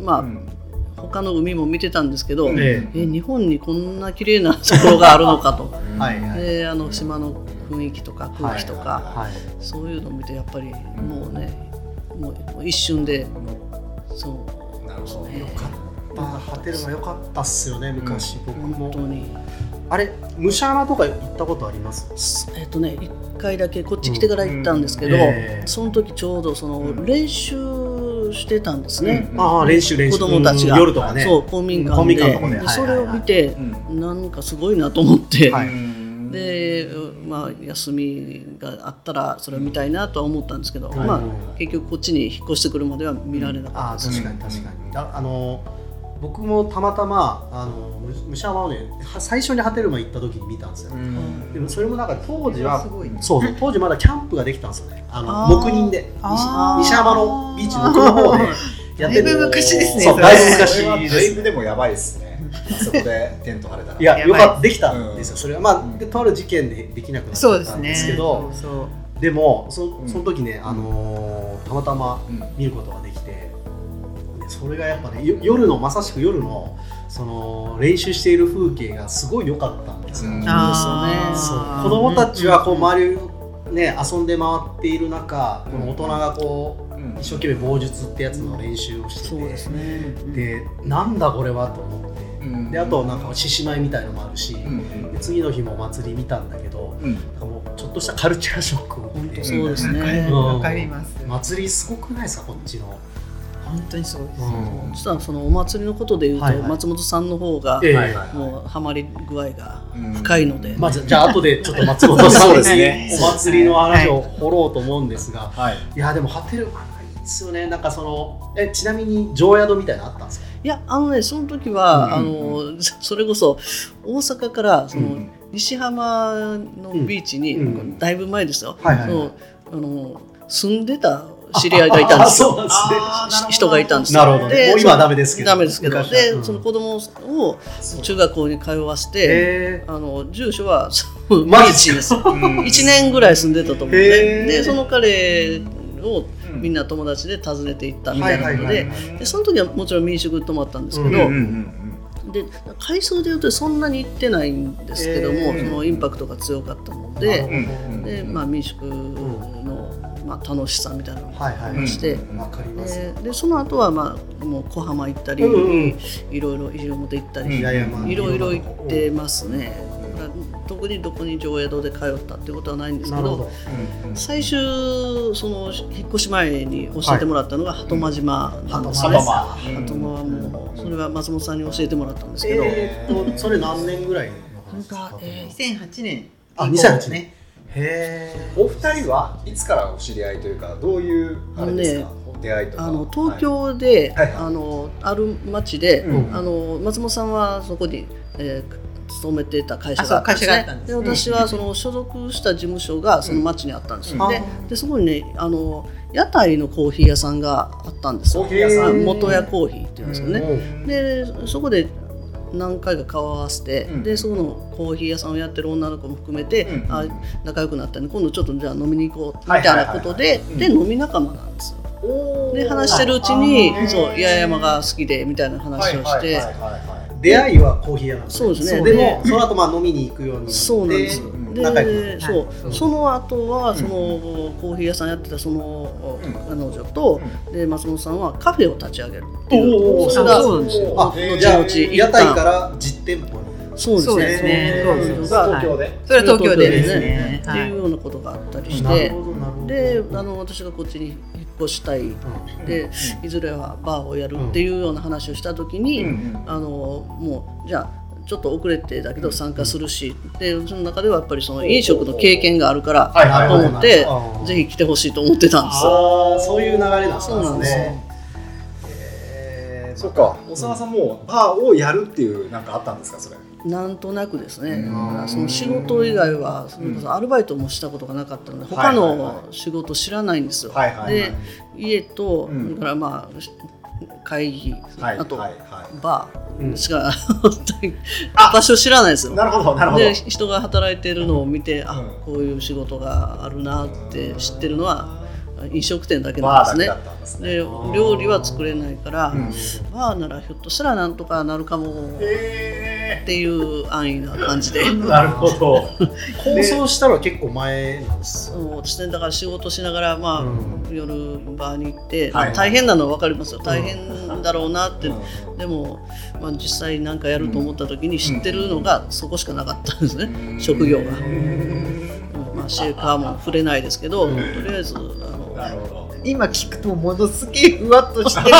Speaker 3: まあ
Speaker 1: うん
Speaker 3: 他の海も見てたんですけど、
Speaker 1: うん
Speaker 2: え
Speaker 3: え日本にこんな綺麗なところがあるのかと
Speaker 2: はいはい
Speaker 3: であの島の雰囲気とか空気とか、
Speaker 2: はい
Speaker 3: そういうのを見てやっぱりもうね、もう一瞬でそう
Speaker 1: なるほど
Speaker 3: よ
Speaker 2: かまあハテルマ良かったっすよね昔、僕
Speaker 3: 本
Speaker 2: も
Speaker 3: 当に。
Speaker 2: あれ武者穴とか行ったことあります
Speaker 3: えっとね、1回だけこっち来てから行ったんですけど、
Speaker 2: うんええ
Speaker 3: その時ちょうどその練習してたんですね、
Speaker 1: うん
Speaker 2: ああ練習練習
Speaker 3: 子供たちが
Speaker 2: うん夜とかね
Speaker 3: そう公民館で
Speaker 2: 公民館のとこね
Speaker 3: で
Speaker 2: はいはいはい
Speaker 3: それを見て、
Speaker 1: うん
Speaker 3: なんかすごいなと思って、
Speaker 2: はい
Speaker 1: うん
Speaker 3: で、まあ、休みがあったらそれを見たいなとは思ったんですけど、まあ、結局こっちに引っ越してくるまでは見られなか
Speaker 2: あ
Speaker 3: っ
Speaker 2: ー確かに確かに、ああの僕もたまたまあのむ武者はねは最初に波照間行った時に見たんですよ、でもそれもなんか当時は
Speaker 4: すごいね
Speaker 2: そうそう当時まだキャンプができたんですよねあ
Speaker 3: あ
Speaker 2: の黙
Speaker 3: ー
Speaker 2: 認で西
Speaker 4: あー
Speaker 2: 西浜のビーチの向こうの方でやって
Speaker 4: だいぶ昔ですね
Speaker 2: そう
Speaker 4: それ
Speaker 2: だいぶ
Speaker 1: 昔
Speaker 2: 昔
Speaker 1: は
Speaker 2: で
Speaker 1: だい
Speaker 2: す
Speaker 1: ぶでもやばいですね。あそこでテント張れたら。
Speaker 2: いや
Speaker 4: やばい
Speaker 2: よかったできたんですよ、
Speaker 1: うん
Speaker 2: それはまあ、
Speaker 1: うん
Speaker 2: でとある事件でできなくなっち
Speaker 4: そ
Speaker 2: ゃ
Speaker 4: う
Speaker 2: っ
Speaker 4: で
Speaker 2: た
Speaker 4: す
Speaker 2: ん
Speaker 4: ね
Speaker 2: ですけど
Speaker 4: そうそう
Speaker 2: でもそ
Speaker 1: うん
Speaker 2: その時ね、あのーたまたま
Speaker 1: うん、
Speaker 2: 見ることができてでそれがやっぱねよ夜のまさしく夜のその練習している風景がすごい良かったんですよ、
Speaker 1: うん
Speaker 4: あー
Speaker 2: そう
Speaker 4: あー
Speaker 2: 子供たちはこう
Speaker 4: うんうんうん
Speaker 2: 周りをね遊んで回っている中、この大人がこ
Speaker 1: う
Speaker 2: うん一生懸命棒術ってやつの練習をしてて、
Speaker 3: そうですね
Speaker 2: でなんだこれはと思って
Speaker 1: うん
Speaker 2: であとなんか獅子舞みたいのもあるし、
Speaker 1: うん
Speaker 2: で次の日も祭り見たんだけど
Speaker 1: うん
Speaker 2: なんかもうちょっとしたカルチャーショックを
Speaker 3: 本
Speaker 2: 受け
Speaker 3: 当
Speaker 2: て
Speaker 3: そうですね、
Speaker 2: うん
Speaker 4: わかります
Speaker 2: 祭りすごくないですかこっちの。
Speaker 4: 本当にそうです
Speaker 2: うん
Speaker 3: 実はそのお祭りのことでいうと、
Speaker 2: はいはい
Speaker 3: 松本さんの方が
Speaker 2: ええ
Speaker 1: はいはい
Speaker 3: もうハマり具合が
Speaker 1: うん
Speaker 3: 深いので、
Speaker 2: まあ、じゃじゃあ後でちょっと松本さ
Speaker 1: そ
Speaker 2: ん
Speaker 1: う
Speaker 2: に
Speaker 1: ですね
Speaker 2: お祭りの話を掘ろうと思うんですが、
Speaker 1: はい。
Speaker 2: いやでもハテルマがいいですよね。なんかそのえちなみに常宿みたいなのあったんですか。
Speaker 3: いやあのねその時は、
Speaker 1: うんうん
Speaker 3: あのそれこそ大阪からその、
Speaker 1: うん
Speaker 3: 西浜のビーチに、
Speaker 2: うんうん
Speaker 3: だいぶ前ですよ、
Speaker 2: はい
Speaker 3: そのあの住んでた知り合いがいたんですよ。
Speaker 2: そうなんですね。
Speaker 3: 人がいたんですよ
Speaker 2: なるほどね。
Speaker 3: で
Speaker 2: もう今はダメですけど。
Speaker 3: ダメですけど、
Speaker 2: 昔は
Speaker 3: で、
Speaker 2: うん
Speaker 3: その子供を
Speaker 2: そう
Speaker 3: 中学校に通わせて、
Speaker 2: へ
Speaker 3: あの住所はそう ビ
Speaker 2: マジ
Speaker 3: ー
Speaker 2: っす
Speaker 3: チ
Speaker 2: か
Speaker 3: です。1年 ぐらい住んでたと思うんで、
Speaker 2: へー
Speaker 3: でその彼をみん
Speaker 1: な
Speaker 3: な友達で訪ねていった
Speaker 2: ー
Speaker 3: みたいなことで,、
Speaker 2: はいはいはい
Speaker 3: でその時はもちろん民宿泊まったんですけ
Speaker 1: うん
Speaker 3: ど、
Speaker 1: うんうん
Speaker 3: で回数でいうとそんなに行ってないんですけども、
Speaker 2: へー
Speaker 3: そのインパクトが強かったの
Speaker 2: な
Speaker 3: で
Speaker 1: う
Speaker 2: る
Speaker 1: んうん
Speaker 3: で、まあ、民宿の、まあ、楽しさみたいなのも
Speaker 2: はいはいは
Speaker 1: うん
Speaker 3: ま
Speaker 2: い。
Speaker 3: して
Speaker 1: うん
Speaker 2: わかります。
Speaker 3: ででその後はまあもう小浜行ったり、
Speaker 2: うんうん
Speaker 3: いろいろ西表行ったり、
Speaker 1: うん
Speaker 2: 平山
Speaker 3: いろいろ行ってますね、だから特にどこに常宿で通ったってことはないんです
Speaker 2: な
Speaker 3: け
Speaker 2: る
Speaker 3: ど
Speaker 2: ほど。
Speaker 1: うんうん
Speaker 3: 最終その引っ越し前に教えてもらったのが鳩間島なんです
Speaker 2: そ
Speaker 1: サ
Speaker 3: よ
Speaker 2: う
Speaker 3: ね、
Speaker 1: バ
Speaker 2: です
Speaker 1: マ
Speaker 3: 鳩間はもうそれは松本さんに教えてもらったんですけど、
Speaker 2: えーっとそれ何年ぐらいの話
Speaker 4: 本
Speaker 2: です
Speaker 4: 当
Speaker 2: か
Speaker 4: は、えー、2008年
Speaker 2: あ
Speaker 4: 以降
Speaker 2: 2008年へえ。
Speaker 1: お二人はいつからお知り合いというかどういうあれですか、出会いとか
Speaker 3: あの東京で、
Speaker 1: はいはいはい
Speaker 3: あのある町で、
Speaker 1: うん
Speaker 3: あの松本さんはそこに、えー勤めてた会社
Speaker 4: あそ
Speaker 3: があった
Speaker 4: う
Speaker 3: んです
Speaker 4: 会社があ
Speaker 3: ね
Speaker 4: ったんです
Speaker 3: で
Speaker 4: ね
Speaker 3: 私はその所属した事務所がその町にあったんですよ、
Speaker 1: うん
Speaker 3: ででそこにねあの屋台のコーヒー屋さんがあったんですよ
Speaker 1: コーヒー屋
Speaker 2: ん
Speaker 1: さ
Speaker 3: あ元屋コーヒーっていうんですよね、
Speaker 1: ね
Speaker 3: でそこで何回か顔を合わせて、
Speaker 1: うん
Speaker 3: でそこのコーヒー屋さんをやってる女の子も含めて、
Speaker 1: うん
Speaker 3: あ仲良くなったんで今度ちょっとじゃあ飲みに行こうみ
Speaker 1: はい
Speaker 3: た
Speaker 1: はい
Speaker 3: い
Speaker 1: はい
Speaker 3: な
Speaker 1: はい
Speaker 3: ことで、
Speaker 1: うん
Speaker 3: で飲み仲間なんですよ。で話してるうち
Speaker 1: あー
Speaker 3: にそう八重山が好きでみたいな話をして、
Speaker 2: 出会いはコーヒー屋なんですね
Speaker 3: そうですね
Speaker 2: でもその後まあ飲みに行くようになって
Speaker 3: そうなんです
Speaker 1: うん
Speaker 3: で
Speaker 2: 仲良くなった
Speaker 3: そう
Speaker 4: はい
Speaker 3: その後は
Speaker 1: ん
Speaker 3: そのコーヒー屋さんやってたその
Speaker 1: うん
Speaker 3: 彼女とで松本さんはカフェを立ち上げるって
Speaker 2: お
Speaker 3: い
Speaker 2: ー
Speaker 3: うそれが
Speaker 4: あ
Speaker 3: そ
Speaker 4: そうなんですよ
Speaker 2: あ
Speaker 1: へー
Speaker 2: じゃあ
Speaker 3: 後々
Speaker 2: 屋台から実店舗に
Speaker 3: うです
Speaker 4: そう
Speaker 3: ね
Speaker 4: ですね
Speaker 2: そうですね
Speaker 3: 彼女が
Speaker 1: 東京で、
Speaker 4: それは東京でで
Speaker 3: ね
Speaker 4: すね
Speaker 3: っていうようなことがあったりし
Speaker 2: なる
Speaker 3: て
Speaker 2: ほどなるほど
Speaker 3: であ
Speaker 2: うん
Speaker 3: の私がこっちに引っ越したい
Speaker 1: うん
Speaker 3: でいずれはバーをやるっていうような話をした時に、あのもうじゃあちょっと遅れてだけど参加するし、でその中ではやっぱりその飲食の経験があるから、
Speaker 1: はいはい
Speaker 3: と
Speaker 1: はい
Speaker 3: 思って
Speaker 2: あー
Speaker 3: ぜひ来てほしいと思ってたんですよ。
Speaker 2: あーそういう流れなんです
Speaker 3: そうなんですよ
Speaker 2: ねへー
Speaker 1: そっか小沢さんもバーをやるっていうなんかあったんですかそれ
Speaker 3: なんとなくですね、
Speaker 1: うん
Speaker 3: だからその仕事以外はそれこそアルバイトもしたことがなかったので、
Speaker 1: は
Speaker 3: 他
Speaker 1: いはいはい
Speaker 3: の仕事知らないんですよ。
Speaker 1: はいはいはい
Speaker 3: で家と、
Speaker 1: うん
Speaker 3: だからまあし会議、
Speaker 1: はい
Speaker 3: あと、
Speaker 1: はいは
Speaker 3: バ
Speaker 2: うん
Speaker 3: ーしか、 場所知らないですよ
Speaker 1: い、。なるほどなるほど
Speaker 3: で人が働いてるのを見て、あ
Speaker 1: うん
Speaker 3: こういう仕事があるなって知ってるのは飲食店だけな
Speaker 1: バ
Speaker 3: ん
Speaker 1: ーだけ
Speaker 3: です
Speaker 1: だ
Speaker 3: ね。
Speaker 1: ったんですね
Speaker 3: で料理は作れないから、
Speaker 1: うん
Speaker 3: バーならひょっとしたらなんとかなるかも
Speaker 1: へ
Speaker 3: っていう安易な感じで。
Speaker 1: ーなるほ ど
Speaker 2: 構想したのは結構前なんです
Speaker 3: そうですね、だから仕事しながら、まあ
Speaker 2: うん
Speaker 3: 夜バーに行って、
Speaker 1: はい
Speaker 3: 大変なのは分かりますよ大変だろうなって、
Speaker 1: うん
Speaker 3: でも、まあ、実際何かやると思った時に知ってるのがそこしかなかったんですね、職業が、うんまあ、シェーカーも触れないですけど、とりあえず あの
Speaker 1: なるほど
Speaker 4: 今聞くとものすげえふわっとしてる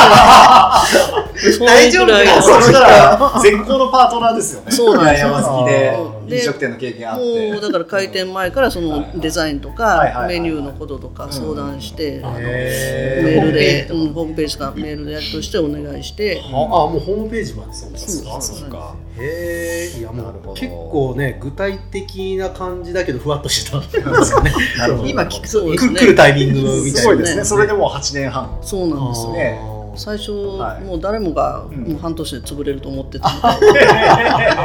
Speaker 3: そういうぐらい
Speaker 1: そしたら絶好のパートナーですよね
Speaker 3: そうなんですよ
Speaker 1: 八重山好きで
Speaker 2: あー
Speaker 1: 飲食店の経験あっ
Speaker 3: も
Speaker 1: て
Speaker 3: うだから開店前からそ
Speaker 1: はい
Speaker 3: のデザインと
Speaker 1: はいはいは
Speaker 3: か
Speaker 1: い
Speaker 3: メニューのこととか相談して、あの
Speaker 2: へ
Speaker 3: メ
Speaker 2: ー
Speaker 3: ールで、うん、ホームページかメールでやりとしてお願いして
Speaker 2: あ、あもうホームページまでそうで
Speaker 3: そ
Speaker 2: す
Speaker 3: う
Speaker 1: あそ
Speaker 3: そうう
Speaker 1: か
Speaker 3: な
Speaker 2: へえいやも
Speaker 1: なるほど
Speaker 2: う結構ね具体的な感じだけどふわっとしてたんです よね
Speaker 1: なるほど
Speaker 4: 今聞く
Speaker 3: そう
Speaker 4: と
Speaker 3: です
Speaker 2: く
Speaker 3: ね
Speaker 2: 来るタイミングみたいな
Speaker 1: すごいですね
Speaker 3: そう
Speaker 1: それでもう8年 半
Speaker 3: そうなんですよ
Speaker 1: ね
Speaker 3: 最初、
Speaker 1: はい
Speaker 3: もう誰もが
Speaker 1: うん
Speaker 3: もう半年で潰れると思ってたので、あ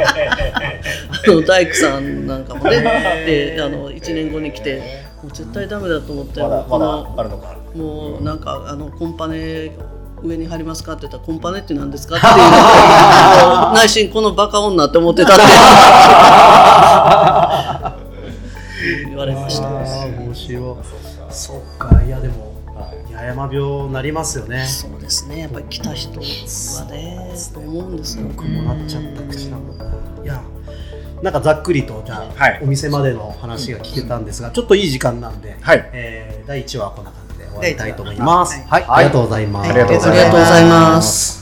Speaker 3: の大工さんなんかも ねであの1年後に来てもう絶対ダメだと思って、
Speaker 1: まだ
Speaker 3: こ
Speaker 1: まだあ
Speaker 3: の
Speaker 1: るのか
Speaker 3: もうなんかあのコンパネ上に貼りますかって言ったらコンパネって何ですか っていうあの内心このバカ女って思って たって言われました。
Speaker 2: あー面白い
Speaker 1: そうか
Speaker 2: そっかいやでも
Speaker 1: はい
Speaker 2: 八重山病になりますよね
Speaker 3: そうですねやっぱり来た人はねと思うんですよ。
Speaker 2: 僕もなっちゃった口なのいやなんかざっくりとじゃあ、
Speaker 1: はい
Speaker 2: お店までの話が聞けたんですがちょっといい時間なんで、
Speaker 1: はい
Speaker 2: えー第1話はこんな感じで終わりたいと思います、
Speaker 4: 第一話
Speaker 2: はい、ありがとうございます、
Speaker 1: ありがとうございます
Speaker 3: ありがとうございます。